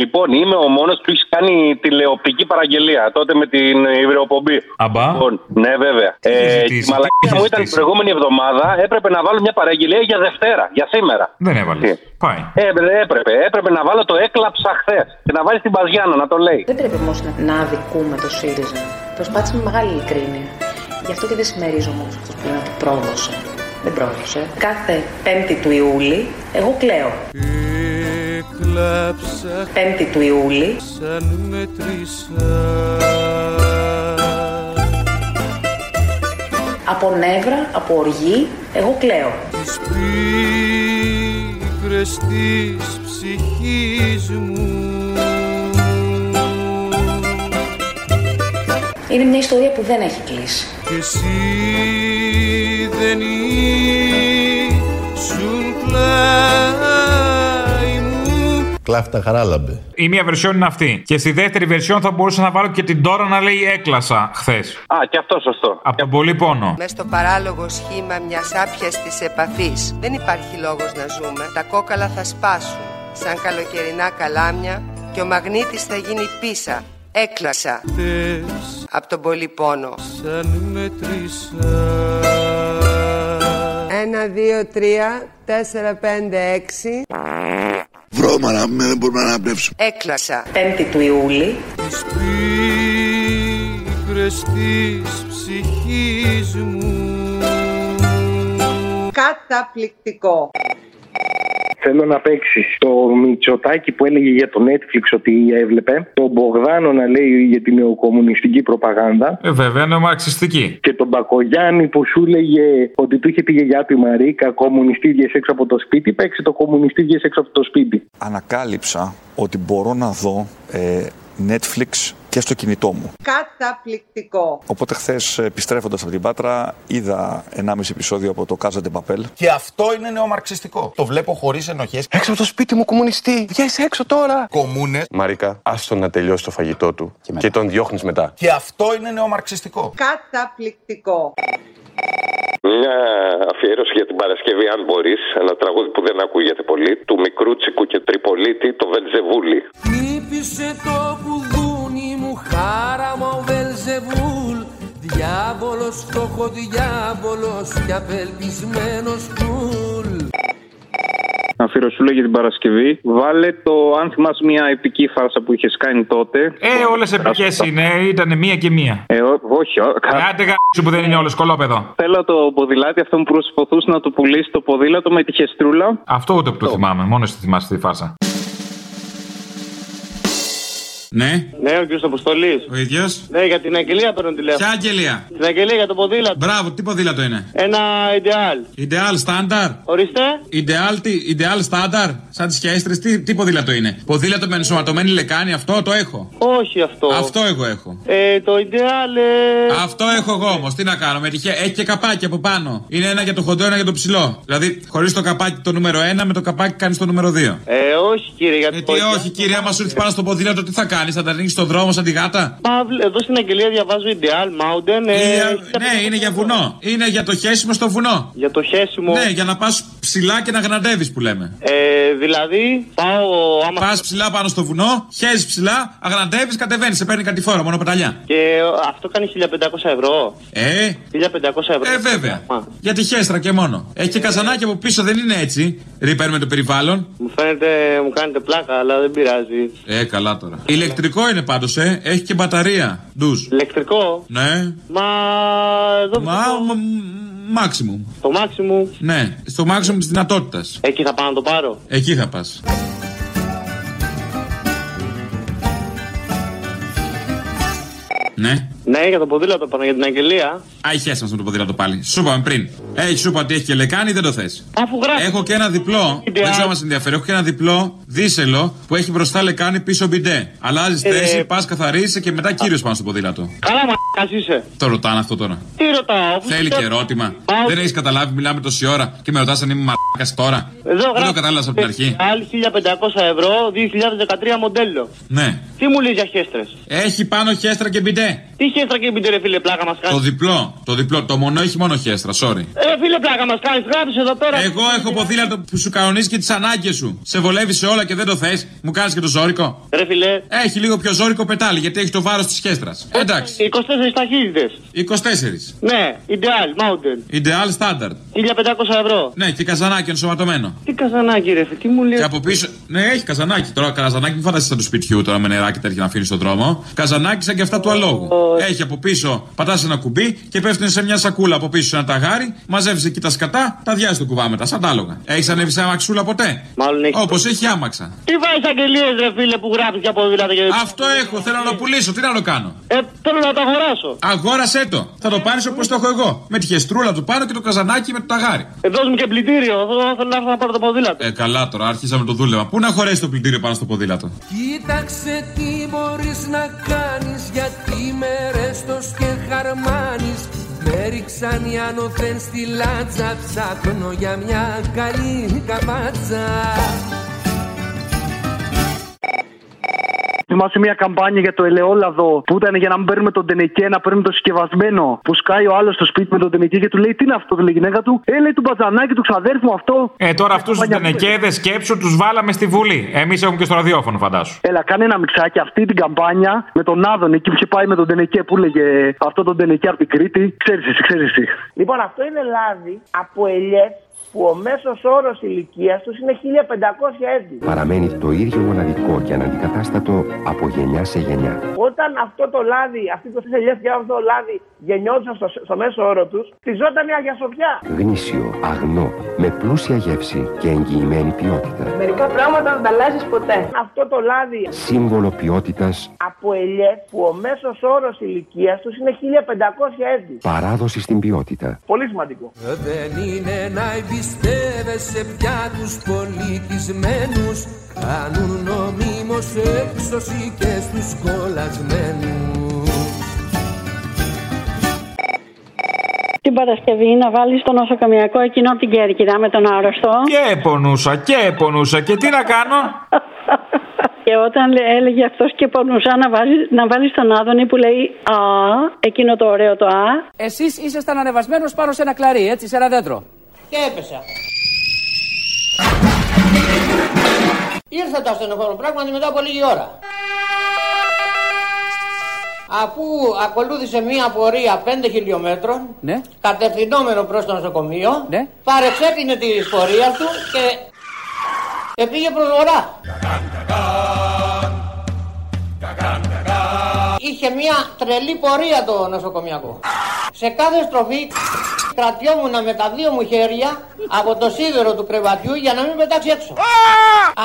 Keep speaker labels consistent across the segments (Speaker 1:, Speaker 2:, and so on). Speaker 1: Λοιπόν, είμαι ο μόνος που έχεις κάνει τηλεοπτική παραγγελία τότε με την υβρεοπομπή.
Speaker 2: Αμπά.
Speaker 1: Λοιπόν, ναι, βέβαια.
Speaker 2: Τι έχεις
Speaker 1: η
Speaker 2: ζητήσει, τι
Speaker 1: μαλακία
Speaker 2: έχεις
Speaker 1: μου ήταν την
Speaker 2: ζητήσει.
Speaker 1: προηγούμενη εβδομάδα. Έπρεπε να βάλω μια παραγγελία για Δευτέρα, για σήμερα.
Speaker 2: Δεν έβαλες.
Speaker 1: Τι.
Speaker 2: Πάει.
Speaker 1: Ε, έπρεπε, έπρεπε να βάλω το έκλαψα χθες. Και να βάλεις την Παζιάννα να το λέει.
Speaker 3: Δεν πρέπει όμως να, να αδικούμε το ΣΥΡΙΖΑ. Προσπάθησε με μεγάλη ειλικρίνεια. Γι' αυτό και δεν συμμερίζομαι όμως αυτός που λένε ότι πρόδωσε. Δεν πρόδωσε. Κάθε 5η του Ιούλη, εγώ κλαίω.
Speaker 4: Έκλαψα
Speaker 3: 5η του Ιούλη,
Speaker 4: σαν μετρήσα
Speaker 3: από νεύρα, από οργή, εγώ κλαίω.
Speaker 4: τις πίκρες της ψυχής μου
Speaker 3: Είναι μια ιστορία που δεν έχει κλείσει.
Speaker 4: κι εσύ δεν ήσουν πλάι μου
Speaker 5: Κλάφτα χαράλαμπε.
Speaker 2: Η μία βερσιόν είναι αυτή. Και στη δεύτερη βερσιόν θα μπορούσα να βάλω και την τώρα να λέει έκλασα χθες.
Speaker 1: Α, και αυτό σωστό.
Speaker 2: Από τον πολύ πόνο.
Speaker 6: Μες στο παράλογο σχήμα μιας άπιαστη επαφής. Δεν υπάρχει λόγος να ζούμε. Τα κόκαλα θα σπάσουν σαν καλοκαιρινά καλάμια και ο μαγνήτης θα γίνει πίσα. Έκλασα
Speaker 4: θες
Speaker 6: από τον πολύ πόνο.
Speaker 4: σαν μετρήσα
Speaker 6: Ένα, δύο, τρία, τέσσερα, πέντε, έξι.
Speaker 7: Βρώμα να μην μπορούμε να αναπνεύσουμε.
Speaker 6: Έκλασα.
Speaker 3: 5η του Ιούλη,
Speaker 4: τις πίκρες της ψυχής μου
Speaker 6: Καταπληκτικό.
Speaker 8: Θέλω να παίξει το Μητσοτάκι που έλεγε για το Netflix ότι έβλεπε, τον Μπογδάνο να λέει για την νεοκομμουνιστική προπαγάνδα
Speaker 2: Ε, βέβαια, είναι μαρξιστική.
Speaker 8: και τον Μπακογιάννη που σου έλεγε ότι του είχε πει η γιαγιά του η Μαρίκα κομμουνιστήριες έξω από το σπίτι, παίξει το κομμουνιστήριες έξω από το σπίτι.
Speaker 9: ανακάλυψα ότι μπορώ να δω ε, Netflix και στο κινητό μου.
Speaker 6: Καταπληκτικό.
Speaker 9: Οπότε χθες επιστρέφοντας από την Πάτρα είδα 1,5 επεισόδιο από το Casa de Papel.
Speaker 10: Και αυτό είναι νεομαρξιστικό. Το βλέπω χωρίς ενοχές.
Speaker 7: Έξω από το σπίτι μου, κομμουνιστή. Βγες έξω τώρα.
Speaker 10: Κομμούνες.
Speaker 9: Μαρίκα, άστο να τελειώσει το φαγητό του και, τον διώχνεις μετά.
Speaker 10: Και αυτό είναι νεομαρξιστικό.
Speaker 6: Καταπληκτικό.
Speaker 11: Μια αφιέρωση για την Παρασκευή, αν μπορείς. Ένα τραγούδι που δεν ακούγεται πολύ. Του Μικρούτσικου και Τριπολίτη, το Βελζεβούλη.
Speaker 4: Χτύπησε το κουδούνι μου χάραμα ο Βελζεβούλ Διάβολος, φτωχοδιάβολος και απελπισμένος κουλ
Speaker 8: Αφιερωσούλα για την Παρασκευή. Βάλε το, αν θυμάσαι, μια επική φάρσα που είχες κάνει τότε.
Speaker 2: Ε, όλες επικές είναι. Ήταν μία και μία.
Speaker 8: Ε, ό- όχι, ό,
Speaker 2: Ε,
Speaker 8: κα-
Speaker 2: Άντε γα***σου που δεν είναι όλο κολόπεδο.
Speaker 8: Θέλω το ποδηλάτι αυτό που προσπαθούσε να το πουλήσει το ποδήλατο με τη χεστρούλα.
Speaker 2: Αυτό ούτε που το θυμάμαι. Μόνος εσύ θυμάσαι τη φάρσα. Ναι,
Speaker 8: Ναι, ο κ. Αποστολής.
Speaker 2: ο ίδιος.
Speaker 8: Ναι, για την αγγελία παίρνω τηλέφωνο.
Speaker 2: Ποια αγγελία.
Speaker 8: Την αγγελία για το ποδήλατο.
Speaker 2: Μπράβο, τι ποδήλατο είναι.
Speaker 8: Ένα ιντεάλ.
Speaker 2: Ιντεάλ στάνταρ.
Speaker 8: Ορίστε.
Speaker 2: Ιντεάλ, τι, ιντεάλ στάνταρ. Σαν τις χιάστρε, τι, τι ποδήλατο είναι. Ποδήλατο με ενσωματωμένη λεκάνη, αυτό το έχω.
Speaker 8: Όχι αυτό.
Speaker 2: Αυτό εγώ έχω.
Speaker 8: Ε, το ιντεάλ. Ε...
Speaker 2: Αυτό έχω εγώ όμως. Τι να κάνω, με τυχαία. Έχει και καπάκι από πάνω. Είναι ένα για το χοντρό, ένα για το ψηλό. Δηλαδή, χωρίς το καπάκι το νούμερο 1, με το καπάκι κάνεις το νούμερο 2.
Speaker 8: ε, όχι κύριε, για
Speaker 2: Ε, τι όχι, κύριε, άμα σου έρθει πάνω στο ποδήλατο, τι θα κάνεις, θα τα ρίξει στον δρόμο σαν τη γάτα.
Speaker 8: Μα, βλέ- εδώ στην αγγελία διαβάζω ιντεάλ, mountain.
Speaker 2: Ή, ε, ναι, είναι για βουνό. Είναι για το χέσιμο στο βουνό.
Speaker 8: Για το χέσιμο.
Speaker 2: Ναι, για να πας ψηλά και να γραντεύει που λέμε.
Speaker 8: Ε, δηλαδή, πάω άμα.
Speaker 2: Πας ψηλά πάνω στο βουνό, χέζεις ψηλά, αγραντεύεις, κατεβαίνεις, σε παίρνει κάτι φόρο, μόνο πεταλιά.
Speaker 8: Και αυτό κάνει 1500 ευρώ.
Speaker 2: Ε,
Speaker 8: 1500 ευρώ.
Speaker 2: ε, βέβαια.
Speaker 8: Α,
Speaker 2: Για τη χέστρα και μόνο. Έχει και καζανάκι από πίσω, δεν είναι έτσι. Ρίπερ με το περιβάλλον.
Speaker 8: μου φαίνεται, μου κάνετε πλάκα, αλλά δεν πειράζει.
Speaker 2: Ε, καλά τώρα. Ηλεκτρικό είναι πάντως, ε. Έχει και μπαταρία. Ντουζ.
Speaker 8: Ηλεκτρικό.
Speaker 2: Ναι.
Speaker 8: Μα εδώ
Speaker 2: Μα, μα, maximum.
Speaker 8: το μάξι μου.
Speaker 2: Ναι. Στο maximum της δυνατότητας.
Speaker 8: Εκεί θα πάω να το πάρω.
Speaker 2: Εκεί θα πας. Ναι.
Speaker 8: Ναι, για το ποδήλατο πάνω, για την αγγελία.
Speaker 2: Α, έχει χέσει μας με το ποδήλατο πάλι. Σου είπαμε πριν. Έχει σου είπα ότι έχει και λεκάνη, δεν το θες.
Speaker 8: Αφού γράφεις.
Speaker 2: Έχω και ένα διπλό. Δεν ξέρω αν μα ενδιαφέρει. Έχω και ένα διπλό δίσελο που έχει μπροστά λεκάνη πίσω μπιντέ. Αλλάζεις θέση, πας καθαρίζει και μετά κύριος πάνω στο ποδήλατο.
Speaker 8: Καλά, μα μαλάκα είσαι.
Speaker 2: Το ρωτάνε αυτό τώρα.
Speaker 8: Τι ρωτάω.
Speaker 2: Θέλει και ερώτημα.
Speaker 8: ε,
Speaker 2: Δεν έχεις καταλάβει, μιλάμε τόση ώρα και με ρωτάς αν είμαι μαλάκα τώρα.
Speaker 8: Εδώ Ε,
Speaker 2: Δεν το
Speaker 8: γράφει-
Speaker 2: κατάλαβα από την αρχή.
Speaker 8: Άλλη 1500 ευρώ, 2013 μοντέλο.
Speaker 2: Ναι.
Speaker 8: Τι μου λες για χέστρες.
Speaker 2: Έχει πάνω χέστρα και μπιντέ.
Speaker 8: Τι χέστρα και μπιντε, ρε φίλε, πλάκα μας
Speaker 2: Το
Speaker 8: κάνει.
Speaker 2: διπλό. Το διπλό. Το μονό έχει μόνο χέστρα, sorry.
Speaker 8: Ρε φίλε, πλάκα μας κάνεις. Γράφεις εδώ πέρα.
Speaker 2: Εγώ έχω ποθήλατο που σου κανονίζει και τις ανάγκες σου. Σε βολεύει σε όλα και δεν το θες. Μου κάνεις και το ζώρικο.
Speaker 8: Ρε φιλέ.
Speaker 2: Έχει λίγο πιο ζώρικο πετάλι γιατί έχει το βάρος της χέστρας.
Speaker 8: Ε,
Speaker 2: Εντάξει.
Speaker 8: 24 ταχύτητε.
Speaker 2: 24.
Speaker 8: Ναι, Ιντεάλ, Mountain.
Speaker 2: Ιντεάλ στάνταρτ.
Speaker 8: 1500 ευρώ.
Speaker 2: Ναι, και καζανάκι ενσωματωμένο.
Speaker 8: Τι καζανάκι, ρε φίλε, τι μου λέει.
Speaker 2: Και από πίσω. Ναι, έχει καζανάκι. Τώρα καζανάκι μην φανταστεί του σπιτιού τώρα με νεράκι τέτοια να αφήνεις στον δρόμο. Καζανάκι σαν και αυτά του αλόγου.
Speaker 8: Ε.
Speaker 2: Έχει από πίσω, πατάς ένα κουμπί και πέφτουν σε μια σακούλα από πίσω σε ένα ταγάρι, μαζεύεις εκεί τα σκατά, τα διάζει το κουβά μετά, σαν τα άλογα. Έχεις ανέβει σε αμαξούλα ποτέ.
Speaker 8: Μάλλον έχεις.
Speaker 2: Όπως έχει άμαξα.
Speaker 8: Τι βάζεις αγγελίες, ρε φίλε, που γράφεις για ποδήλατα και
Speaker 2: Αυτό έχω, θέλω να το πουλήσω, τι να το κάνω.
Speaker 8: Ε, θέλω να το αγοράσω.
Speaker 2: Αγόρασέ το. Θα το πάρεις όπως το έχω εγώ. Με τη χεστρούλα του πάνω και το καζανάκι με το ταγάρι.
Speaker 8: Ε, δώσ' μου και πλυντήριο. Εδώ θέλω να έρθω να πάρω το ποδήλατο.
Speaker 2: Ε, καλά τώρα, άρχισαμε το δούλευμα. Πού να χωρέσει το πλυντήριο πάνω στο ποδήλατο.
Speaker 6: Κοίταξε τι μπορείς να κάνεις Γιατί με ρέστος και χαρμάνεις Με ρίξαν οι άνωθεν στη λάτσα Ψάχνω για μια καλή καμπάτσα
Speaker 12: Θυμάσαι μια καμπάνια για το ελαιόλαδο που ήταν για να μην παίρνουμε τον τενεκέ, να παίρνουμε το συσκευασμένο. Που σκάει ο άλλος στο σπίτι με τον τενεκέ και του λέει: Τι είναι αυτό, του λέει η γυναίκα του. Ε, λέει του μπατζανάκι του ξαδέρφου μου αυτό.
Speaker 13: Ε, τώρα αυτούς τους τενεκέδε σκέψου τους βάλαμε στη Βουλή. Εμείς έχουμε και στο ραδιόφωνο, φαντάσου.
Speaker 12: Έλα, κάνε ένα μιξάκι αυτή την καμπάνια με τον Άδων εκεί που είχε πάει με τον Τενεκέ που έλεγε αυτό τον Τενεκέ από την Κρήτη. Ξέρεις εσύ, ξέρεις εσύ.
Speaker 14: Λοιπόν, αυτό είναι λάδι από ελιές που ο μέσος όρος ηλικίας τους είναι 1500 έτη.
Speaker 4: παραμένει το ίδιο μοναδικό και αναντικατάστατο από γενιά σε γενιά.
Speaker 14: Όταν αυτό το λάδι, αυτή το ελιές και αυτό το λάδι γεννιόντουσαν στο, στο μέσο όρο τους, τη ζώταν η Αγία Σοφιά.
Speaker 4: Γνήσιο, αγνό, με πλούσια γεύση και εγγυημένη ποιότητα.
Speaker 14: Μερικά πράγματα δεν τα αλλάζεις ποτέ. Αυτό το λάδι
Speaker 4: Σύμβολο ποιότητας,
Speaker 14: από ελιές που ο μέσος όρος ηλικίας τους είναι 1500 έτη.
Speaker 4: παράδοση στην ποιότητα.
Speaker 14: Πολύ σημαντικό.
Speaker 6: Ε, Δεν είναι να εμπιστεύεσαι πια τους πολιτισμένους Κάνουν νομίμως έξωση και στους κολλασμένους
Speaker 15: Την Παρασκευή να βάλεις στο νοσοκομιακό εκείνο από την Κέρκυρα με τον άρρωστο.
Speaker 13: Και πονούσα, και πονούσα. Και τι να κάνω.
Speaker 15: Και όταν λέ- έλεγε αυτός και πονούσα να βάλει να βάλεις τον Άδωνη που λέει Α, εκείνο το ωραίο το Α.
Speaker 16: Εσείς ήσασταν ανεβασμένος πάνω σε ένα κλαρί, έτσι, σε ένα δέντρο.
Speaker 14: Και έπεσα.
Speaker 9: Ήρθε το ασθενοφόρο πράγματι μετά από λίγη ώρα. Αφού ακολούθησε μία πορεία 5 χιλιόμετρων,
Speaker 16: Ναι.
Speaker 9: κατευθυνόμενο προς το νοσοκομείο,
Speaker 16: Ναι.
Speaker 9: παρεξέπινε τη πορεία του και, και πήγε προς βορρά. Είχε μία τρελή πορεία το νοσοκομιακό. Σε κάθε στροφή κρατιόμουν με τα δύο μου χέρια από το σίδερο του κρεβατιού για να μην πετάξει έξω.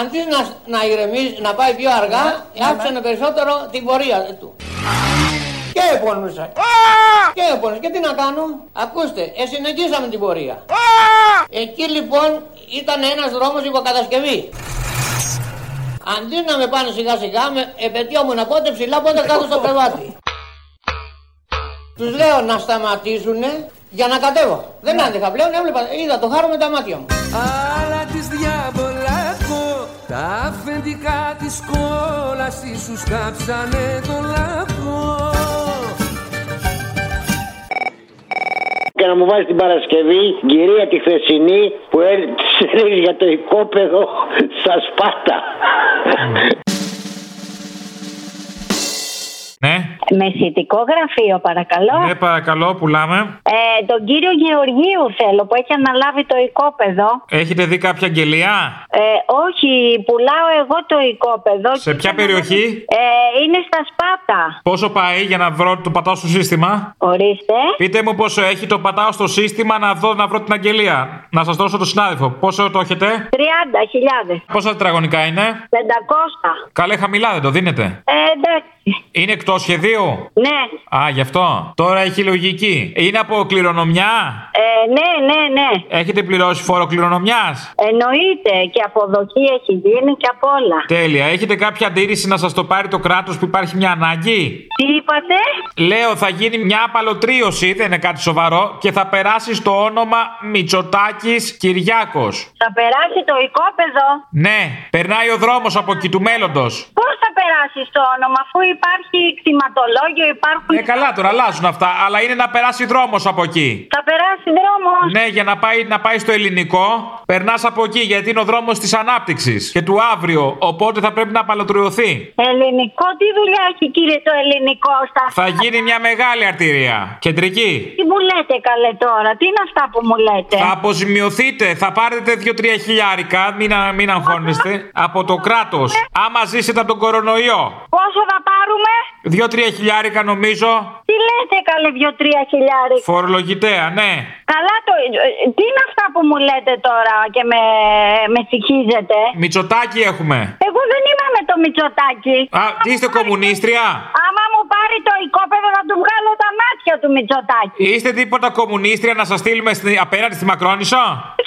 Speaker 9: Αντί να, να ηρεμήσει, να πάει πιο αργά, άφησε περισσότερο την πορεία του. Και πονούσα. Και πονούσα. Και τι να κάνω. Ακούστε, ε, συνεχίσαμε την πορεία. Εκεί λοιπόν ήταν ένας δρόμος υποκατασκευή. Αντί να με πάνε σιγά σιγά, με επαιτειόμουν πότε ψηλά, πότε κάτω στο κρεβάτι. Τους λέω να σταματήσουνε για να κατέβω. Δεν άντεχα πλέον, έβλεπα, είδα το χάρο με τα μάτια μου.
Speaker 6: Αλλά της διαβολάκο Τα αφεντικά της κόλασης σου σκάψανε το λάκκο
Speaker 17: και να μου βάζει την Παρασκευή κυρία τη χθεσινή που έρθει λέει, για το οικόπεδο στα Σπάτα.
Speaker 13: Ναι,
Speaker 3: Μεσητικό γραφείο, παρακαλώ.
Speaker 13: ναι, παρακαλώ, πουλάμε.
Speaker 3: Ε, τον κύριο Γεωργίου θέλω που έχει αναλάβει το οικόπεδο.
Speaker 13: Έχετε δει κάποια αγγελία.
Speaker 3: Ε, όχι, πουλάω εγώ το οικόπεδο.
Speaker 13: Σε ποια περιοχή?
Speaker 3: Ε, είναι στα Σπάτα.
Speaker 13: Πόσο πάει για να βρω το πατάω στο σύστημα.
Speaker 3: Ορίστε.
Speaker 13: Πείτε μου πόσο έχει, το πατάω στο σύστημα να δω να βρω την αγγελία. Να σας δώσω το συνάδελφο. Πόσο το έχετε.
Speaker 3: 30.000.
Speaker 13: Πόσα τετραγωνικά είναι.
Speaker 3: 500.
Speaker 13: Καλέ χαμηλά δεν το δίνετε.
Speaker 3: Ε, εντάξει.
Speaker 13: Είναι εκτός σχεδίου.
Speaker 2: Γεωργίου.
Speaker 9: Ναι,
Speaker 2: Α, γι' αυτό. Τώρα έχει λογική. Είναι από κληρονομιά.
Speaker 9: ε, ναι, ναι, ναι.
Speaker 2: Έχετε πληρώσει φόρο κληρονομιάς.
Speaker 9: Εννοείται και αποδοχή έχει γίνει και από όλα.
Speaker 2: Τέλεια. Έχετε κάποια αντίρρηση να σας το πάρει το κράτος που υπάρχει μια ανάγκη.
Speaker 9: Τι είπατε?
Speaker 2: Λέω, θα γίνει μια απαλωτρίωση, δεν είναι κάτι σοβαρό, και θα περάσει στο όνομα Μητσοτάκης Κυριάκος.
Speaker 9: Θα περάσει το οικόπεδο.
Speaker 2: Ναι, περνάει ο δρόμος από εκεί του μέλλοντος.
Speaker 9: Πώς θα περάσει το όνομα, αφού υπάρχει κτηματολόγιο, υπάρχουν.
Speaker 2: Ε, καλά, τώρα αλλάζουν αυτά, αλλά είναι να περάσει δρόμος από εκεί.
Speaker 9: Θα περάσει δρόμος.
Speaker 2: Ναι, για να πάει, να πάει στο ελληνικό, περνάς από εκεί γιατί είναι ο δρόμος της ανάπτυξης και του αύριο. Οπότε θα πρέπει να απαλωτριωθεί.
Speaker 9: Ελληνικό, τι δουλειά έχει κύριε το ελληνικό στα
Speaker 2: Θα γίνει μια μεγάλη αρτηρία. Κεντρική.
Speaker 9: Τι μου λέτε καλέ τώρα, τι είναι αυτά που μου λέτε.
Speaker 2: Θα αποζημιωθείτε, θα πάρετε 2-3 χιλιάρικα, μην, α- μην αγχώνεστε, από το κράτος. Άμα ζήσετε από τον κορονοϊό.
Speaker 9: Πόσο θα πάρουμε,
Speaker 2: 2-3 χιλιάρικα νομίζω.
Speaker 9: τι λέτε καλέ δύο-τρία χιλιάρικα.
Speaker 2: Φορολογητέα, ναι.
Speaker 9: Καλά το. ε, Τι είναι αυτά που μου λέτε τώρα και με, με συγχύζετε.
Speaker 2: Μητσοτάκι έχουμε.
Speaker 9: Εγώ δεν είμαι με το Μητσοτάκι.
Speaker 2: Α, τι είστε κομμουνίστρια.
Speaker 9: Άμα μου πάρει το οικόπεδο θα του βγάλω τα μάτια του Μητσοτάκι.
Speaker 2: Είστε τίποτα κομμουνίστρια να σας στείλουμε στη- απέναντι στη Μακρόνισσα.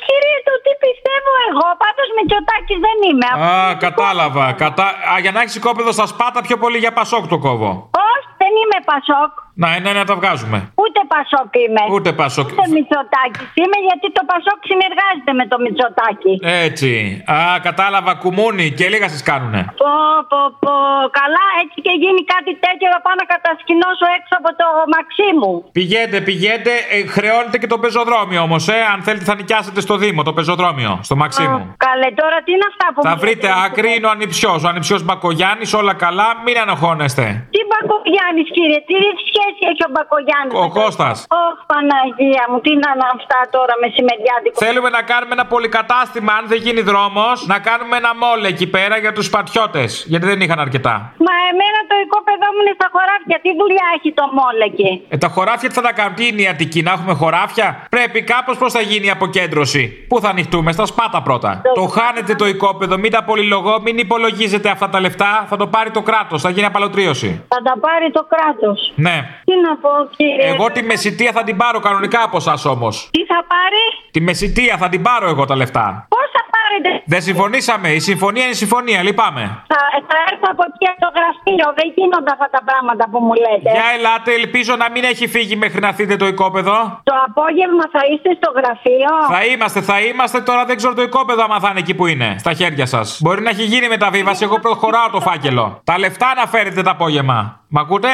Speaker 9: Κύριε του, τι πιστεύω εγώ. Πάντως Μητσοτάκης δεν είμαι.
Speaker 2: Α, κατάλαβα. Κατά... Α, για να έχεις κόπεδο στα σπάτα πιο πολύ για πασόκ το κόβω.
Speaker 9: Όχι, δεν είμαι Πασόκ.
Speaker 2: Να, ναι, ναι, να τα βγάζουμε.
Speaker 9: Ούτε Πασόκ είμαι.
Speaker 2: Ούτε πασόκ.
Speaker 9: Ούτε Μητσοτάκης είμαι γιατί το Πασόκ συνεργάζεται με το Μητσοτάκι.
Speaker 2: ναι. Έτσι. Α, κατάλαβα, κουμούνι και λίγα σας κάνουνε.
Speaker 9: Πω, πω, πω. Καλά, έτσι και γίνει κάτι τέτοιο θα πάω να κατασκηνώσω έξω από το μαξί μου.
Speaker 2: Πηγαίνετε, πηγαίνετε. Ε, χρεώνετε και το πεζοδρόμιο όμως, ε. Αν θέλετε, θα νοικιάσετε στο Δήμο το πεζοδρόμιο, στο Μαξίμου.
Speaker 9: Καλέ, τώρα τι είναι αυτά που
Speaker 2: Θα
Speaker 9: μου
Speaker 2: βρείτε
Speaker 9: λέτε.
Speaker 2: άκρη, είναι ο ανιψιός. Ο ανιψιός Μπακογιάννης, όλα καλά, μην ανοχώνεστε.
Speaker 9: Τι Μπακογιάννης, κύριε, τι σχέση έχει ο Μπακογιάννης.
Speaker 2: Ο Κώστας.
Speaker 9: Ωχ, Παναγία μου, τι να είναι αυτά τώρα μεσημεριάτικο.
Speaker 2: Θέλουμε να κάνουμε ένα πολυκατάστημα, αν δεν γίνει δρόμος, να κάνουμε ένα μόλ εκεί πέρα για τους σπατιώτε. Γιατί δεν είχαν αρκετά.
Speaker 9: Μα εμένα το οικόπεδό μου είναι στα χωράφια. Τι δουλειά έχει το μόλεκι.
Speaker 2: Ε, τα χωράφια τι θα τα κάνουν, τι είναι η Αττική, να έχουμε χωράφια. Πρέπει κάπως πώς θα γίνει η αποκέντρωση. Πού θα ανοιχτούμε, στα σπάτα πρώτα. Το χάνετε το οικόπεδο, μην τα πολυλογώ, μην υπολογίζετε αυτά τα λεφτά. Θα το πάρει το κράτος, θα γίνει απαλωτρίωση.
Speaker 9: Θα τα πάρει το κράτος.
Speaker 2: Ναι.
Speaker 9: Τι να πω, κύριε.
Speaker 2: Εγώ τη μεσητεία θα την πάρω κανονικά από εσά όμως.
Speaker 9: Τι θα πάρει,
Speaker 2: Τη μεσητεία θα την πάρω εγώ τα λεφτά.
Speaker 9: πώς θα πάρετε.
Speaker 2: Δεν συμφωνήσαμε. Η συμφωνία είναι η συμφωνία. Λυπάμαι.
Speaker 9: Θα, θα έρθω από πια το γραφείο. Δεν γίνονται αυτά τα πράγματα που μου λέτε.
Speaker 2: Για ελάτε, ελπίζω να μην έχει φύγει μέχρι να θείτε το οικόπεδο.
Speaker 9: Το απόγευμα θα είστε στο γραφείο.
Speaker 2: Θα είμαστε, θα είμαστε. Τώρα δεν ξέρω το οικόπεδο άμα θα είναι εκεί που είναι. Στα χέρια σας. Μπορεί να έχει γίνει μεταβίβαση. Εγώ προχωράω το φάκελο. Τα λεφτά να φέρετε το απόγευμα. Μ' ακούτε?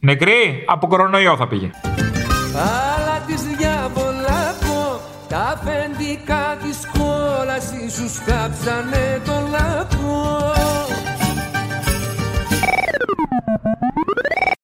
Speaker 2: Νεκρή, από κορονοϊό θα πήγε.
Speaker 4: Αλλά της διαβολάκο Τα αφεντικά της κόλαση Σου σκάψανε το λάκκο